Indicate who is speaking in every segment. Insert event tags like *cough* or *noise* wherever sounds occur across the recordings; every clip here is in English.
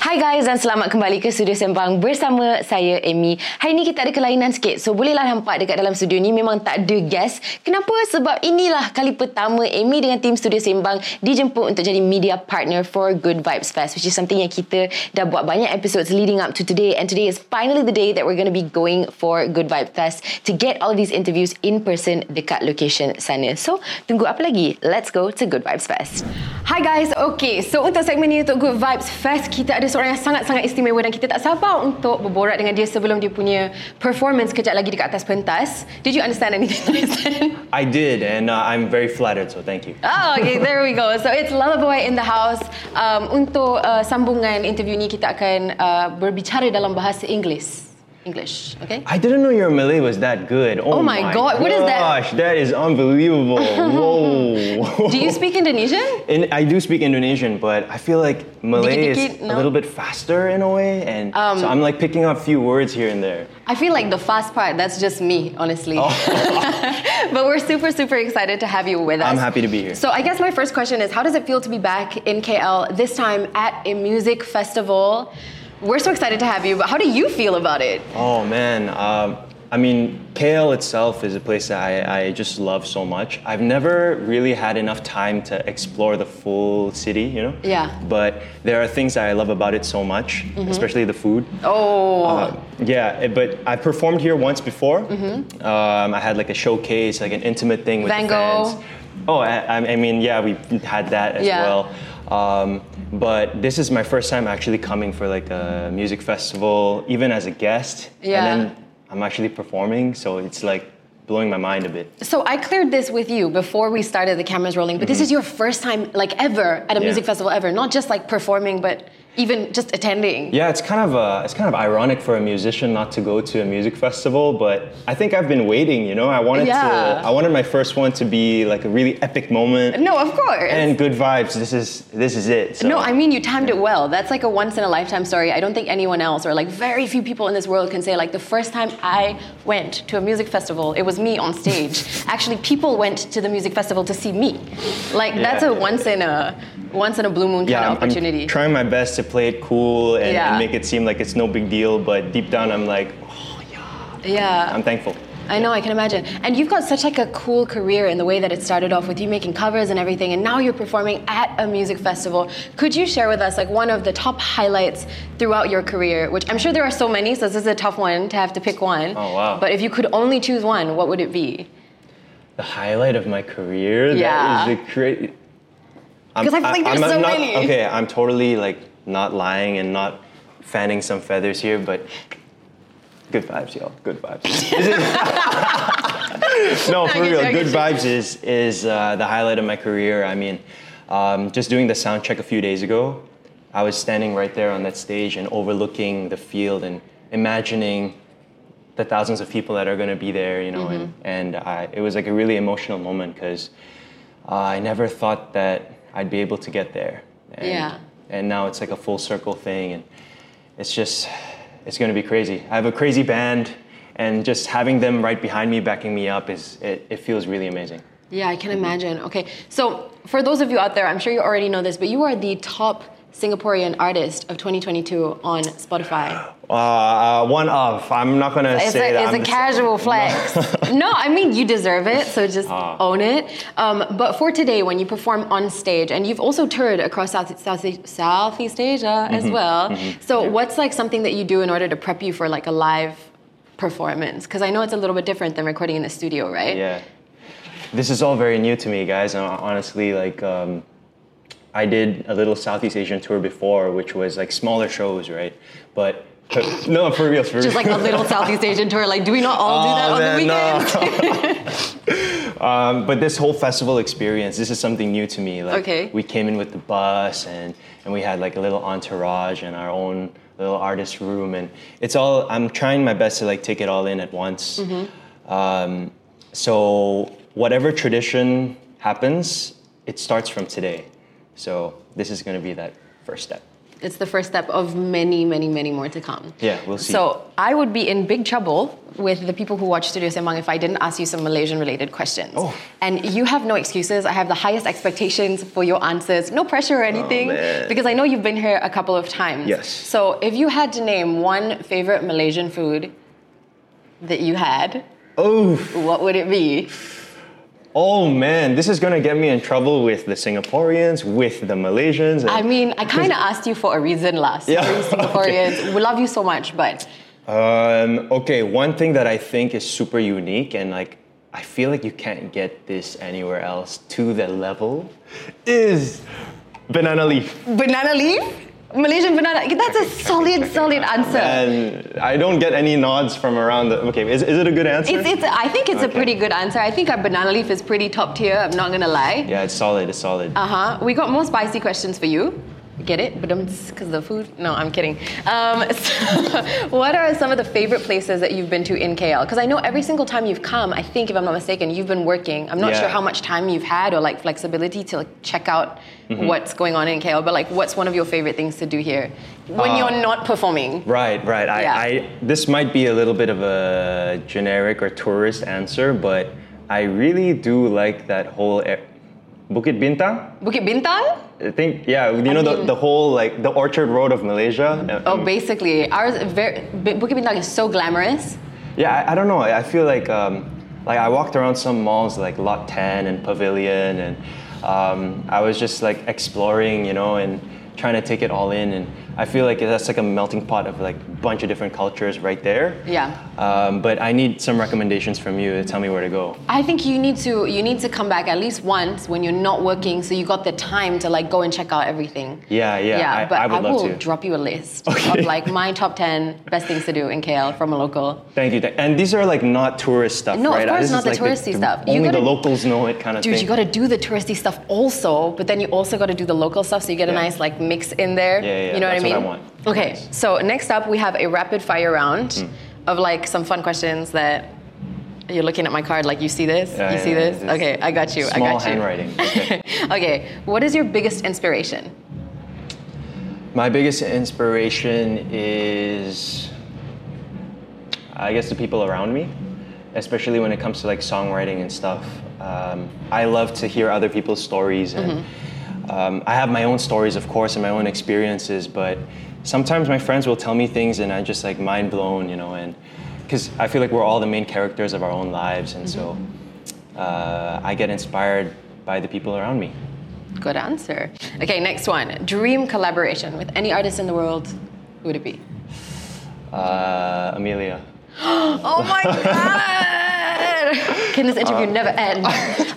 Speaker 1: Hai guys dan selamat kembali ke Studio Sembang bersama saya Amy. Hari ni kita ada kelainan sikit. So bolehlah nampak dekat dalam studio ni memang tak ada guest. Kenapa? Sebab inilah kali pertama Amy dengan tim Studio Sembang dijemput untuk jadi media partner for Good Vibes Fest which is something yang kita dah buat banyak episodes leading up to today and today is finally the day that we're going to be going for Good Vibe Fest to get all these interviews in person dekat location sana. So tunggu apa lagi? Let's go to Good Vibes Fest.
Speaker 2: Hi guys, okay. So untuk segmen ni untuk Good Vibes Fest kita ada seorang yang sangat-sangat istimewa dan kita tak sabar untuk berborak dengan dia sebelum dia punya performance kejap lagi dekat atas pentas. Did you understand anything? Understand?
Speaker 3: I did, and uh, I'm very flattered, so thank you.
Speaker 2: *laughs* Oh, okay, there we go. So it's Lullaboy in the house. Um, untuk uh, sambungan interview ni kita akan uh, berbicara dalam bahasa Inggeris. English, okay?
Speaker 3: I didn't know your Malay was that good. Oh,
Speaker 2: Oh my God, what is that?
Speaker 3: Gosh, that is unbelievable.
Speaker 2: *laughs*
Speaker 3: Whoa.
Speaker 2: Do you speak Indonesian?
Speaker 3: And I do speak Indonesian, but I feel like Malay is
Speaker 2: Dikit-dikit,
Speaker 3: a
Speaker 2: no? Um,
Speaker 3: little bit faster in a way, and so I'm like picking up few words here and there.
Speaker 2: I feel like the fast part, that's just me, honestly. *laughs* but we're super, super excited to have you with us.
Speaker 3: Oh. I'm happy to be here.
Speaker 2: So I guess my first question is, how does it feel to be back in KL this time at a music festival? We're so excited to have you, but how do you feel about it?
Speaker 3: Oh man, um, I mean, KL itself is a place that I, I just love so much. I've never really had enough time to explore the full city, you know?
Speaker 2: Yeah.
Speaker 3: But there are things that I love about it so much, especially the food.
Speaker 2: Oh,
Speaker 3: Uh, yeah, it- but I performed here once before. Um, I had like a showcase, like an intimate thing with
Speaker 2: Mm-hmm. Van
Speaker 3: the
Speaker 2: Gogh.
Speaker 3: fans. Oh, I, I- I mean, yeah, we had that as
Speaker 2: Yeah.
Speaker 3: well. Um, but this is my first time actually coming for like a music festival, even as a guest.
Speaker 2: Yeah.
Speaker 3: And then I'm actually performing, so it's like blowing my mind a bit.
Speaker 2: so I cleared this with you before we started the cameras rolling, but this is your first time, like ever, at a
Speaker 3: Mm-hmm. Yeah.
Speaker 2: music festival ever, not just like performing, but even just attending.
Speaker 3: Yeah, it's kind of uh, it's kind of ironic for a musician not to go to a music festival, but I think I've been waiting. You know, I wanted
Speaker 2: Yeah.
Speaker 3: to I wanted my first one to be like a really epic moment.
Speaker 2: No, of course.
Speaker 3: and good vibes. This is this is it. So.
Speaker 2: No, I mean you timed it well. That's like a once in a lifetime story. I don't think anyone else or like very few people in this world can say like the first time I went to a music festival, it was me on
Speaker 3: *laughs*
Speaker 2: stage. Actually, people went to the music festival to see me. Like that's a
Speaker 3: Yeah.
Speaker 2: once in a once in a blue moon kind
Speaker 3: yeah,
Speaker 2: of
Speaker 3: I'm, I'm
Speaker 2: opportunity.
Speaker 3: trying my best to play it cool and,
Speaker 2: Yeah.
Speaker 3: and make it seem like it's no big deal, but deep down I'm like, oh yeah,
Speaker 2: yeah.
Speaker 3: I'm thankful.
Speaker 2: I know, I can imagine. And you've got such like a cool career in the way that it started off with you making covers and everything, and now you're performing at a music festival. Could you share with us like one of the top highlights throughout your career, which I'm sure there are so many, so this is a tough one to have to pick one.
Speaker 3: Oh, wow.
Speaker 2: But if you could only choose one, what would it be?
Speaker 3: The highlight of my career.
Speaker 2: Yeah.
Speaker 3: That is the crazy.
Speaker 2: 'Cause I feel like there's so
Speaker 3: not,
Speaker 2: many.
Speaker 3: Okay, I'm totally like not lying and not fanning some feathers here, but good vibes, y'all. Good vibes.
Speaker 2: *laughs*
Speaker 3: Is it- no,
Speaker 2: I
Speaker 3: for
Speaker 2: get you,
Speaker 3: real.
Speaker 2: I get
Speaker 3: Good
Speaker 2: you.
Speaker 3: vibes is is uh, the highlight of my career. I mean, um, just doing the sound check a few days ago, I was standing right there on that stage and overlooking the field and imagining the thousands of people that are going to be there, you know,
Speaker 2: Mm-hmm.
Speaker 3: and, and I, it was like a really emotional moment because uh, I never thought that I'd be able to get there. And,
Speaker 2: Yeah.
Speaker 3: And now it's like a full circle thing, and it's just, it's going to be crazy. I have a crazy band, and just having them right behind me, backing me up, is it, it feels really amazing.
Speaker 2: Yeah, I
Speaker 3: Mm-hmm.
Speaker 2: can imagine. Okay, so for those of you out there, I'm sure you already know this, but you are the top Singaporean artist of 2022 on
Speaker 3: *gasps*
Speaker 2: Spotify. *gasps*
Speaker 3: Uh, uh, one of, I'm not going to
Speaker 2: It's
Speaker 3: say
Speaker 2: a,
Speaker 3: that.
Speaker 2: it's a
Speaker 3: I'm the- *laughs*
Speaker 2: casual flex. no, I mean you deserve it, so just
Speaker 3: Ah.
Speaker 2: own it. Um, but for today, when you perform on stage, and you've also toured across South, South, Southeast Asia
Speaker 3: Mm-hmm.
Speaker 2: as well, so what's like something that you do in order to prep you for like a live performance? Because I know it's a little bit different than recording in the studio, right?
Speaker 3: Yeah. This is all very new to me, guys. And honestly, like, um, I did a little Southeast Asian tour before, which was like smaller shows, right? But *laughs* no, for real, for real.
Speaker 2: Just like a
Speaker 3: *laughs*
Speaker 2: little Southeast Asian tour. Like, do we not all
Speaker 3: Oh,
Speaker 2: do that on the weekend? *laughs*
Speaker 3: no. *laughs* um, but this whole festival experience, this is something new to me. Like,
Speaker 2: Okay.
Speaker 3: We came in with the bus and, and we had like a little entourage and our own little artist room. And it's all, I'm trying my best to like take it all in at once.
Speaker 2: Mm-hmm.
Speaker 3: Um, so, whatever tradition happens, it starts from today. So, this is going to be that first step.
Speaker 2: it's the first step of many, many, many more to come.
Speaker 3: Yeah, we'll see.
Speaker 2: So I would be in big trouble with the people who watch Studio Sembang if I didn't ask you some Malaysian-related questions.
Speaker 3: Oh.
Speaker 2: And you have no excuses. I have the highest expectations for your answers. No pressure or anything,
Speaker 3: Oh, man.
Speaker 2: because I know you've been here a couple of times.
Speaker 3: Yes.
Speaker 2: So if you had to name one favorite Malaysian food that you had,
Speaker 3: oh,
Speaker 2: what would it be?
Speaker 3: oh man, this is gonna get me in trouble with the Singaporeans, with the Malaysians. and-
Speaker 2: I mean, I kind of asked you for a reason last.
Speaker 3: Yeah, *laughs*
Speaker 2: We're Singaporeans, we love you so much, but
Speaker 3: Um, okay, one thing that I think is super unique and like I feel like you can't get this anywhere else to the level is banana leaf.
Speaker 2: banana leaf, Malaysian banana. That's a solid, solid answer.
Speaker 3: And I don't get any nods from around the. Okay, is, is it a good answer?
Speaker 2: It's, it's, I think it's a
Speaker 3: Okay.
Speaker 2: pretty good answer. I think our banana leaf is pretty top tier. I'm not gonna lie.
Speaker 3: yeah, it's solid, it's solid.
Speaker 2: Uh huh. We got more spicy questions for you. Get it? But because the food. No, I'm kidding. Um, *laughs* so what are some of the favorite places that you've been to in KL? Because I know every single time you've come, I think if I'm not mistaken, you've been working. I'm not
Speaker 3: Yeah.
Speaker 2: sure how much time you've had or like flexibility to like check out
Speaker 3: Mm-hmm.
Speaker 2: what's going on in KL. But like, what's one of your favorite things to do here when
Speaker 3: Uh,
Speaker 2: you're not performing?
Speaker 3: Right, right. I,
Speaker 2: Yeah.
Speaker 3: I this might be a little bit of a generic or tourist answer, but I really do like that whole air, Bukit Bintang.
Speaker 2: Bukit Bintang?
Speaker 3: I think yeah, you know the, the whole like the Orchard Road of Malaysia.
Speaker 2: Oh,
Speaker 3: Um,
Speaker 2: basically, ours very, Bukit Bintang is so glamorous.
Speaker 3: Yeah, I, I don't know. I I feel like um, like I walked around some malls like Lot 10 and Pavilion, and um, I was just like exploring, you know, and trying to take it all in. And I feel like that's like a melting pot of like a bunch of different cultures right there.
Speaker 2: Yeah.
Speaker 3: Um, but I need some recommendations from you to tell me where to go.
Speaker 2: I think you need to you need to come back at least once when you're not working, so you got the time to like go and check out everything.
Speaker 3: Yeah, yeah.
Speaker 2: Yeah,
Speaker 3: I,
Speaker 2: but
Speaker 3: I would love
Speaker 2: will
Speaker 3: to.
Speaker 2: drop you a list
Speaker 3: Okay.
Speaker 2: of like my top ten best things to do in KL from a local.
Speaker 3: Thank you. Th- And these are like not tourist stuff,
Speaker 2: No, of
Speaker 3: right? Uh,
Speaker 2: course
Speaker 3: this
Speaker 2: not
Speaker 3: is
Speaker 2: the
Speaker 3: like
Speaker 2: touristy stuff. You
Speaker 3: Only the
Speaker 2: gotta-
Speaker 3: locals know it kind of
Speaker 2: Dude,
Speaker 3: thing.
Speaker 2: you got to do the touristy stuff also, but then you also got to do the local stuff, so you get a
Speaker 3: Yeah.
Speaker 2: nice like mix in there.
Speaker 3: Yeah, yeah,
Speaker 2: You know what I
Speaker 3: that's Hmm. what
Speaker 2: mean?
Speaker 3: I want.
Speaker 2: Okay, so next up we have a rapid fire round of like some fun questions that. You're looking at my card like you see this.
Speaker 3: Yeah,
Speaker 2: you
Speaker 3: yeah,
Speaker 2: see
Speaker 3: yeah,
Speaker 2: this.
Speaker 3: it's-
Speaker 2: Okay, I got you. I
Speaker 3: small
Speaker 2: got you.
Speaker 3: *laughs* handwriting. Okay.
Speaker 2: *laughs* okay, what is your biggest inspiration?
Speaker 3: My biggest inspiration is, I guess, the people around me, especially when it comes to like songwriting and stuff. Um, I love to hear other people's stories, and um, I have my own stories, of course, and my own experiences. But sometimes my friends will tell me things, and I'm just like mind blown, you know, and because I feel like we're all the main characters of our own lives, and so uh, I get inspired by the people around me.
Speaker 2: Good answer. Okay, next one. Dream collaboration with any artist in the world. Who would it be?
Speaker 3: Uh, Amelia.
Speaker 2: Oh my god! Can this interview never
Speaker 3: *laughs*
Speaker 2: end?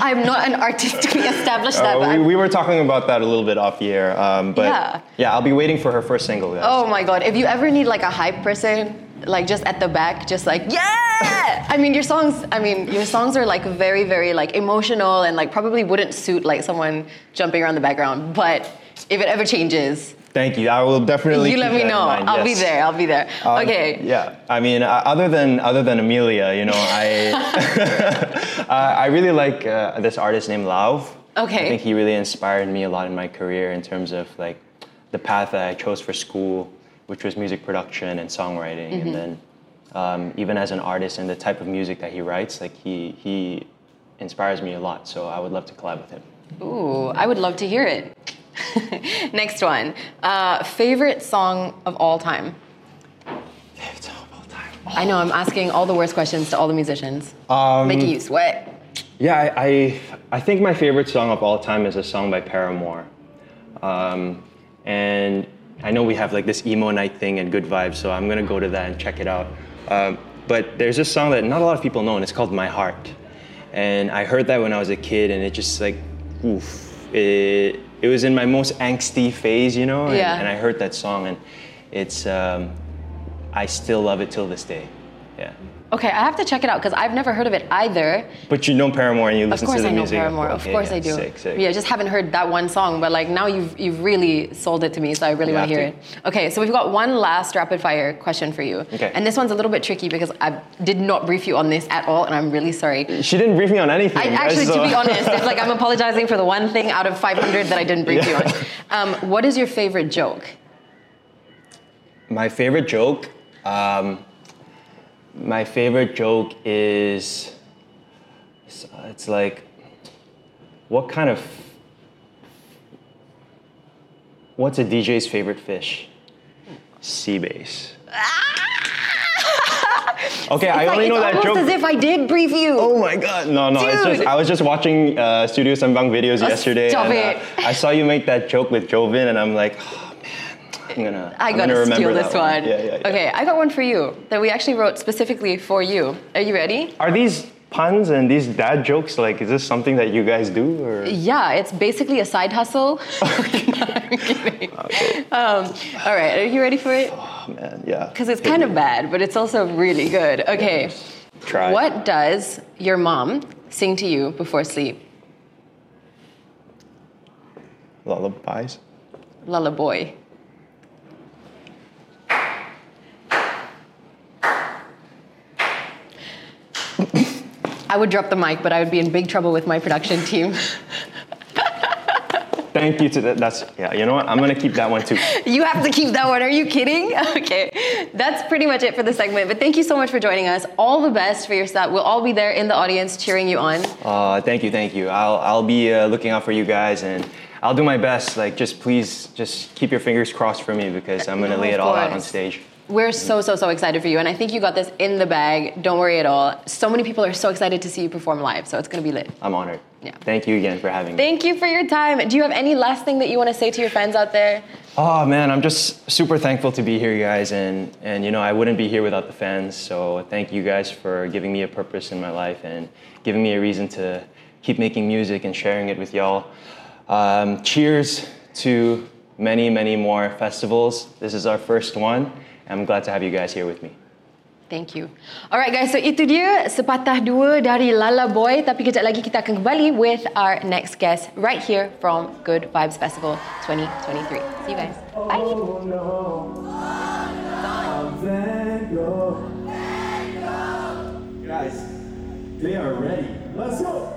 Speaker 2: I'm not an artist to be established that,
Speaker 3: Um, Uh,
Speaker 2: but
Speaker 3: we,
Speaker 2: I'm-
Speaker 3: we were talking about that a little bit off the air, um, but
Speaker 2: Yeah.
Speaker 3: yeah. I'll be waiting for her first single. guys.
Speaker 2: oh my god! If you ever need like a hype person, like just at the back, just like yeah! I mean, your songs. I mean, your songs are like very, very like emotional and like probably wouldn't suit like someone jumping around the background. But if it ever changes,
Speaker 3: Thank you. I will definitely.
Speaker 2: you let
Speaker 3: keep
Speaker 2: me
Speaker 3: that in
Speaker 2: know.
Speaker 3: mind,
Speaker 2: I'll be
Speaker 3: yes.
Speaker 2: there. I'll be there.
Speaker 3: Um,
Speaker 2: okay.
Speaker 3: Yeah, I mean, uh, other than other than Amelia, you know, I *laughs* uh, I really like uh, this artist named Lauv.
Speaker 2: Okay.
Speaker 3: I think he really inspired me a lot in my career in terms of like the path that I chose for school, which was music production and songwriting,
Speaker 2: Mm-hmm.
Speaker 3: and then um, even as an artist and the type of music that he writes, like he he inspires me a lot. So I would love to collab with him.
Speaker 2: Ooh, I would love to hear it. *laughs* Next one. Uh, favorite song of all time? I know I'm asking all the worst questions to all the musicians.
Speaker 3: Um,
Speaker 2: Making you sweat.
Speaker 3: Yeah, I, I I think my favorite song of all time is a song by Paramore, um, and I know we have like this emo night thing and good vibes, so I'm gonna go to that and check it out. Um, but there's this song that not a lot of people know, and it's called My Heart, and I heard that when I was a kid, and it just like, oof, it it was in my most angsty phase, you know, and,
Speaker 2: Yeah.
Speaker 3: and I heard that song, and it's um, I still love it till this day, yeah.
Speaker 2: Okay, I have to check it out because I've never heard of it either.
Speaker 3: But you know Paramore and you
Speaker 2: Of
Speaker 3: listen
Speaker 2: course,
Speaker 3: to the
Speaker 2: I know
Speaker 3: music.
Speaker 2: Paramore. Of
Speaker 3: Yeah,
Speaker 2: course,
Speaker 3: yeah,
Speaker 2: I do.
Speaker 3: Sick, sick.
Speaker 2: Yeah, I just haven't heard that one song, but like now you've you've really sold it to me, so I really
Speaker 3: You
Speaker 2: want to
Speaker 3: have
Speaker 2: hear
Speaker 3: to.
Speaker 2: it. Okay, so we've got one last rapid fire question for you.
Speaker 3: Okay.
Speaker 2: And this one's a little bit tricky because I did not brief you on this at all, and I'm really sorry.
Speaker 3: She didn't brief me on anything.
Speaker 2: I,
Speaker 3: guys,
Speaker 2: actually, to
Speaker 3: *laughs* so-
Speaker 2: be honest, it's like I'm apologizing for the one thing out of 500 that I didn't brief you on. Um, what is your favorite joke?
Speaker 3: my favorite joke, um, my favorite joke is, it's, it's like, what kind of, what's a DJ's favorite fish? Sea
Speaker 2: *laughs*
Speaker 3: bass. Okay, I
Speaker 2: like,
Speaker 3: only
Speaker 2: it's
Speaker 3: know that
Speaker 2: almost
Speaker 3: joke.
Speaker 2: as if I did brief you.
Speaker 3: Oh my god! No, no. It's just
Speaker 2: Dude. Oh,
Speaker 3: I was just watching uh, Studio Sembang videos yesterday,
Speaker 2: stop
Speaker 3: and
Speaker 2: it.
Speaker 3: Uh, I saw you make that joke with Jovin, and I'm like, oh man, I'm gonna.
Speaker 2: I
Speaker 3: I'm gonna
Speaker 2: gotta
Speaker 3: remember
Speaker 2: steal
Speaker 3: that
Speaker 2: this one.
Speaker 3: Yeah, yeah, yeah.
Speaker 2: Okay, I got one for you that we actually wrote specifically for you. Are you ready?
Speaker 3: Are these puns and these dad jokes like? Is this something that you guys do or?
Speaker 2: Yeah, it's basically a side hustle. *laughs* I'm
Speaker 3: *laughs*
Speaker 2: kidding. Um, all right, are you ready for it?
Speaker 3: Oh man, yeah.
Speaker 2: Because it's kind of bad, but it's also really good. Okay.
Speaker 3: Try.
Speaker 2: What does your mom sing to you before sleep?
Speaker 3: Lullabies.
Speaker 2: Lullaboy. I would drop the mic, but I would be in big trouble with my production team.
Speaker 3: Thank you to that. That's yeah. You know what? I'm gonna keep that one too.
Speaker 2: You have to keep that one. Are you kidding? *laughs* Okay. That's pretty much it for the segment. But thank you so much for joining us. All the best for your set. We'll all be there in the audience cheering you on.
Speaker 3: Uh, thank you, thank you. I'll I'll be uh, looking out for you guys and. I'll do my best. Like, just please, just keep your fingers crossed for me because I'm gonna
Speaker 2: No, of
Speaker 3: lay it all out on
Speaker 2: course.
Speaker 3: stage.
Speaker 2: We're so, so, so excited for you. And I think you got this in the bag. Don't worry at all. So many people are so excited to see you perform live. So it's going to be lit.
Speaker 3: I'm honored.
Speaker 2: Yeah.
Speaker 3: Thank you again for having me.
Speaker 2: Thank you for your time. Do you have any last thing that you want to say to your fans out there?
Speaker 3: Oh man, I'm just super thankful to be here, guys, and and you know I wouldn't be here without the fans. So thank you guys for giving me a purpose in my life and giving me a reason to keep making music and sharing it with y'all. Um, cheers to many, many more festivals. This is our first one. I'm glad to have you guys here with me.
Speaker 2: Thank you. Alright guys, so itu dia sepatah dua dari Lala Boy. Tapi kejap lagi kita akan kembali with our next guest right here from Good Vibes Festival 2023. See you guys. Bye.
Speaker 4: Van Gogh. Guys, they are ready. Let's go.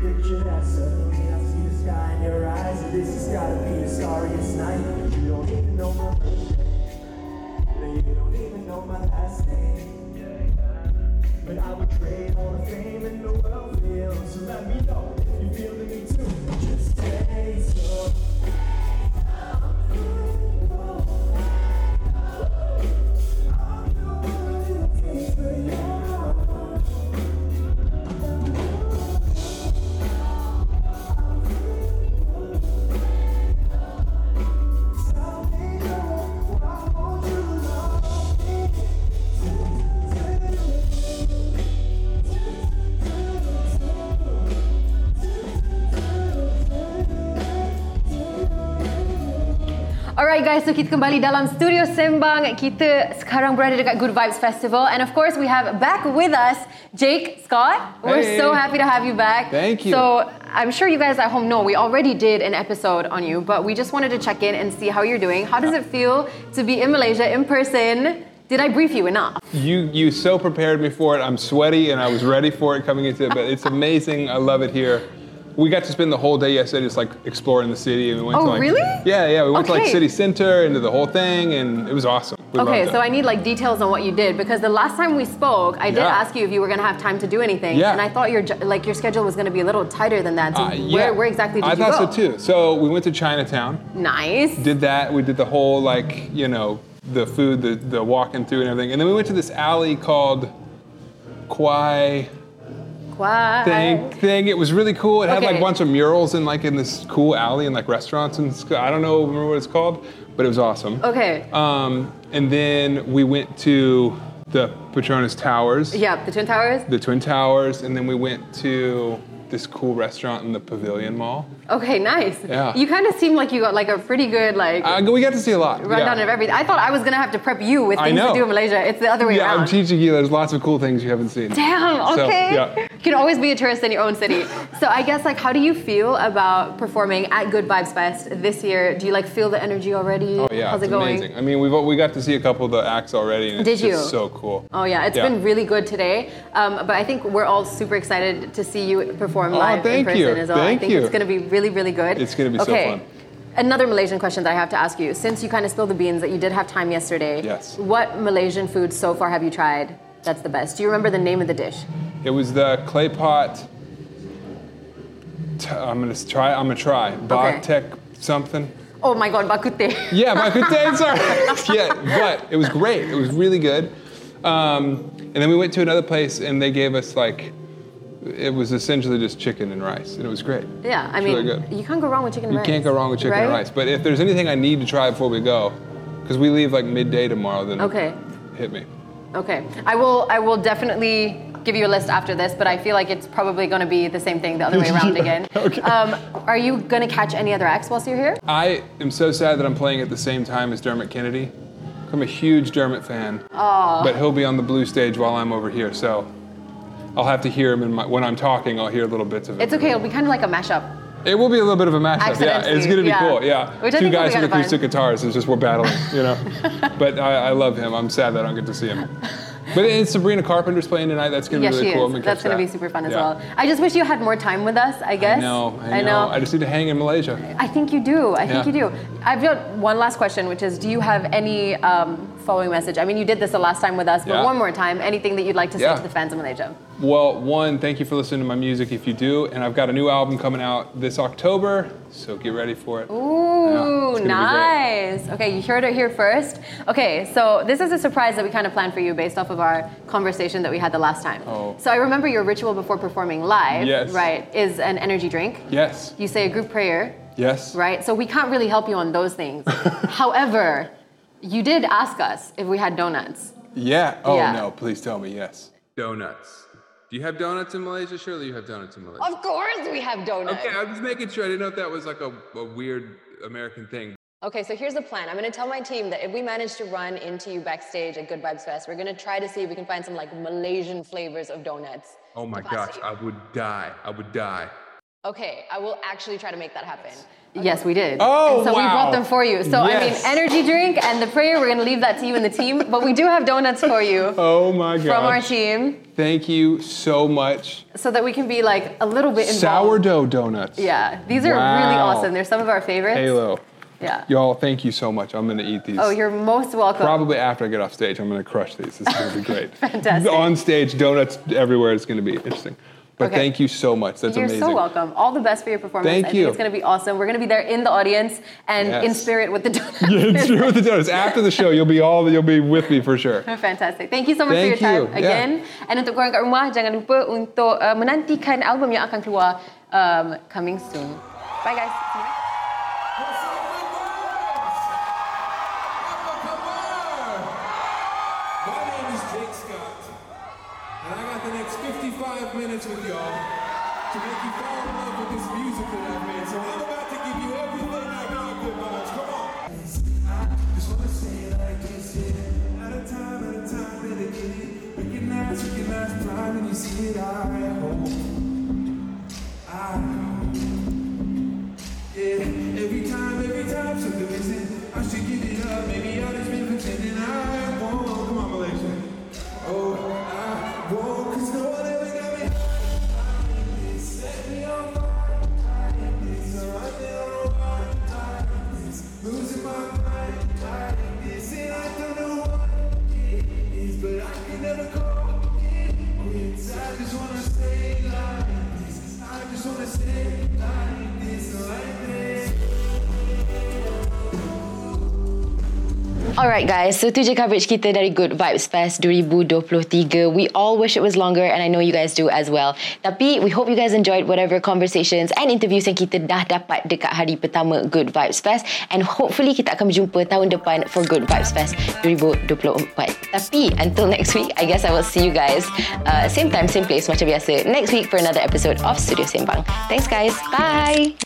Speaker 4: Picture that suddenly I see the sky in your eyes And this has gotta be the sorriest night You don't even know my No, you don't even know my last name But I would trade all the fame in the world for you So let me know if you feel me too Just stay so
Speaker 2: Alright guys, so kita kembali dalam Studio Sembang. Kita sekarang berada dekat Good Vibes Festival and of course we have back with us Jake Scott. We're
Speaker 5: Hey.
Speaker 2: so happy to have you back.
Speaker 5: Thank you.
Speaker 2: So I'm sure you guys at home know we already did an episode on you, but we just wanted to check in and see how you're doing. How does it feel to be in Malaysia in person? Did I brief you enough?
Speaker 5: You you so prepared me for it. I'm sweaty and I was ready for it coming into it, but it's amazing. I love it here. We got to spend the whole day yesterday just like exploring the city and we went
Speaker 2: Oh,
Speaker 5: to like
Speaker 2: really?
Speaker 5: Yeah, yeah. We went to like
Speaker 2: Okay.
Speaker 5: city center and did the whole thing and it was awesome. We
Speaker 2: Okay,
Speaker 5: loved
Speaker 2: so I
Speaker 5: it.
Speaker 2: need like details on what you did because the last time we spoke, I did
Speaker 5: Yeah.
Speaker 2: ask you if you were gonna have time to do anything,
Speaker 5: Yeah.
Speaker 2: and I thought your jo- like your schedule was gonna be a little tighter than that. So
Speaker 5: Uh, yeah.
Speaker 2: where, where exactly did
Speaker 5: I
Speaker 2: you go?
Speaker 5: thought so too. So we went to Chinatown,
Speaker 2: Nice.
Speaker 5: did that. We did the whole like you know the food, the the walking through and everything, and then we went to this alley called Kwai.
Speaker 2: Wow.
Speaker 5: thing thing. It was really cool. It had like
Speaker 2: Okay.
Speaker 5: a bunch of murals in like in this cool alley and like restaurants and sc- I don't know remember what it's called, but it was awesome.
Speaker 2: Okay.
Speaker 5: Um, and then we went to the Petronas Towers,
Speaker 2: yeah, the Twin Towers.
Speaker 5: the Twin Towers, and then we went to this cool restaurant in the Pavilion Mall.
Speaker 2: Okay, nice.
Speaker 5: Yeah.
Speaker 2: You kind of seem like you got like a pretty good like
Speaker 5: Uh, we got to see a lot.
Speaker 2: rundown
Speaker 5: yeah.
Speaker 2: of everything. I thought I was gonna have to prep you with
Speaker 5: I
Speaker 2: things to
Speaker 5: know.
Speaker 2: do in Malaysia. It's the other way
Speaker 5: Yeah,
Speaker 2: around.
Speaker 5: I'm teaching you. There's lots of cool things you haven't seen.
Speaker 2: Damn.
Speaker 5: So,
Speaker 2: Okay.
Speaker 5: yeah.
Speaker 2: You can always be a tourist in your own city. So I guess like, how do you feel about performing at Good Vibes Fest this year? Do you like feel the energy already?
Speaker 5: Oh yeah,
Speaker 2: How's it
Speaker 5: it's
Speaker 2: going?
Speaker 5: amazing. I mean, we've we got to see a couple of the acts already, and it's
Speaker 2: Did you?
Speaker 5: just so cool.
Speaker 2: Oh yeah, it's
Speaker 5: Yeah.
Speaker 2: been really good today. Um, but I think we're all super excited to see you perform
Speaker 5: Oh,
Speaker 2: live in
Speaker 5: thank
Speaker 2: person
Speaker 5: you.
Speaker 2: as well. I
Speaker 5: Thank
Speaker 2: think
Speaker 5: you.
Speaker 2: it's going to be really, really good.
Speaker 5: It's gonna be so
Speaker 2: okay.
Speaker 5: fun.
Speaker 2: Another Malaysian question that I have to ask you, since you kind of spilled the beans that you did have time yesterday.
Speaker 5: Yes.
Speaker 2: What Malaysian food so far have you tried? That's the best. Do you remember the name of the dish?
Speaker 5: It was the clay pot. T- I'm gonna s- try. I'm gonna try. Bartek something.
Speaker 2: Oh my God, bakute.
Speaker 5: *laughs* Yeah, Bakute. sorry. yeah, but it was great. It was really good. Um, and then we went to another place, and they gave us like, it was essentially just chicken and rice, and it was great.
Speaker 2: *laughs* Yeah, I
Speaker 5: It's
Speaker 2: mean,
Speaker 5: really good.
Speaker 2: you can't go wrong with chicken and
Speaker 5: You
Speaker 2: rice.
Speaker 5: can't go wrong with chicken and
Speaker 2: right?
Speaker 5: rice. But if there's anything I need to try before we go, because we leave like midday tomorrow, then
Speaker 2: Okay.
Speaker 5: hit me.
Speaker 2: Okay, I will. I will definitely give you a list after this, but I feel like it's probably going to be the same thing the
Speaker 5: *laughs*
Speaker 2: other way around
Speaker 5: Yeah,
Speaker 2: again.
Speaker 5: okay.
Speaker 2: Um, are you going to catch any other acts whilst you're here?
Speaker 5: I am so sad that I'm playing at the same time as Dermot Kennedy. I'm a huge Dermot fan, but he'll be on the blue stage while I'm over here, so I'll have to hear him in my, when I'm talking. I'll hear little bits of it.
Speaker 2: It's okay. It'll be kind of like a mashup.
Speaker 5: It will be a little bit of a mashup. Yeah,
Speaker 2: Accidentally,
Speaker 5: it's gonna be
Speaker 2: yeah.
Speaker 5: cool. Yeah,
Speaker 2: Which I think
Speaker 5: two
Speaker 2: will be
Speaker 5: guys with
Speaker 2: kinda fun.
Speaker 5: acoustic guitars. It's just we're battling, you know.
Speaker 2: *laughs*
Speaker 5: but I, I love him. I'm sad that I don't get to see him. But it's Sabrina Carpenter's playing tonight. That's gonna
Speaker 2: Yes,
Speaker 5: be really
Speaker 2: she
Speaker 5: cool.
Speaker 2: is.
Speaker 5: I'm gonna
Speaker 2: That's
Speaker 5: catch
Speaker 2: going to be
Speaker 5: that.
Speaker 2: super fun as
Speaker 5: Yeah.
Speaker 2: well. I just wish you had more time with us. I guess.
Speaker 5: I know. I know. I, just need to hang in Malaysia.
Speaker 2: I think you do. I think
Speaker 5: Yeah.
Speaker 2: you do. I've got one last question, which is: Do you have any um, following message? I mean, you did this the last time with us, but
Speaker 5: Yeah.
Speaker 2: one more time, anything that you'd like to say
Speaker 5: Yeah.
Speaker 2: to the fans of Malaysia?
Speaker 5: Well, one, thank you for listening to my music. If you do, and I've got a new album coming out this October, so get ready for it. Yeah,
Speaker 2: Ooh,
Speaker 5: it's gonna be great.
Speaker 2: nice. Okay, you heard it here first. Okay, so this is a surprise that we kind of planned for you based off of our conversation that we had the last time.
Speaker 5: Oh.
Speaker 2: So I remember your ritual before performing live,
Speaker 5: Yes.
Speaker 2: right, is an energy drink.
Speaker 5: Yes.
Speaker 2: You say a group prayer,
Speaker 5: Yes.
Speaker 2: right? So we can't really help you on those things.
Speaker 5: *laughs*
Speaker 2: However, you did ask us if we had donuts.
Speaker 5: Yeah. Oh
Speaker 2: Yeah.
Speaker 5: no! Please tell me yes. Donuts. Do you have donuts in Malaysia? Surely you have donuts in Malaysia.
Speaker 2: Oh,
Speaker 1: Of course we have donuts.
Speaker 5: Okay, I'm just making sure. I didn't know if that was like a, a weird American thing.
Speaker 1: Okay, so here's the plan. I'm gonna tell my team that if we manage to run into you backstage at Good Vibes Fest, we're gonna try to see if we can find some like Malaysian flavors of donuts.
Speaker 5: Oh my
Speaker 1: to pass
Speaker 5: gosh,
Speaker 1: you.
Speaker 5: I would die. I would die.
Speaker 1: Okay, I will actually try to make that happen.
Speaker 2: Yes, we did.
Speaker 5: Oh,
Speaker 2: and so we
Speaker 5: wow.
Speaker 2: brought them for you. So
Speaker 5: Yes.
Speaker 2: I mean, energy drink and the prayer, we're going to leave that to you and the team, but we do have donuts for you
Speaker 5: *laughs* Oh my gosh.
Speaker 2: from our team.
Speaker 5: Thank you so much.
Speaker 2: so that we can be like a little bit involved.
Speaker 5: Sourdough donuts.
Speaker 2: Yeah, these are really
Speaker 5: Wow.
Speaker 2: awesome. They're some of our favorites.
Speaker 5: Halo.
Speaker 2: Yeah.
Speaker 5: Y'all, thank you so much. I'm gonna eat these.
Speaker 2: Oh, you're most welcome.
Speaker 5: *laughs* Probably after I get off stage, I'm gonna crush these. This is gonna be great.
Speaker 2: *laughs* Fantastic.
Speaker 5: On stage, donuts everywhere. It's gonna be interesting. But
Speaker 2: Okay.
Speaker 5: thank you so much. That's
Speaker 2: You're
Speaker 5: amazing.
Speaker 2: so welcome. All the best for your performance.
Speaker 5: Thank
Speaker 2: I
Speaker 5: you.
Speaker 2: think it's going to be awesome. We're going to be there in the audience and in
Speaker 5: Yes.
Speaker 2: spirit with the
Speaker 5: *laughs*
Speaker 2: donuts.
Speaker 5: *laughs* It's true with the donuts. After the show, you'll be all you'll be with me for sure.
Speaker 2: *laughs* Fantastic. Thank you so much
Speaker 5: Thank
Speaker 2: for your
Speaker 5: you.
Speaker 2: time
Speaker 5: Yeah.
Speaker 2: again. And untuk korang kat rumah, jangan lupa untuk uh, menantikan album yang akan keluar um, coming soon. Bye guys. See you.
Speaker 6: My name is Jake Scott, and I got the next 55 minutes with y'all to make you fall in love with this music that I've made. So I'm about to give you everything I got good vibes. Come on. Just wanna say like this, yeah. At a time, at a time, really get it. Recognize, recognize pride when you see it. I hope, I know. Yeah, every time, every time, something missing. I should give it up. Maybe I just been pretending I won't. Come on, Malaysia. Oh, I won't, cause no one ever got me. Set me on fire. This I'm running on this. Losing my mind. like This and I don't know what it is, but I can never call it quits. I just wanna stay like this. I just wanna stay.
Speaker 1: Alright guys, so tu je coverage kita dari Good Vibes Fest 2023. We all wish it was longer and I know you guys do as well. Tapi we hope you guys enjoyed whatever conversations and interviews yang kita dah dapat dekat hari pertama Good Vibes Fest and hopefully kita akan berjumpa tahun depan for Good Vibes Fest 2024. Tapi until next week, I guess I will see you guys uh, same time, same place macam biasa next week for another episode of Studio Sembang. Thanks guys. Bye.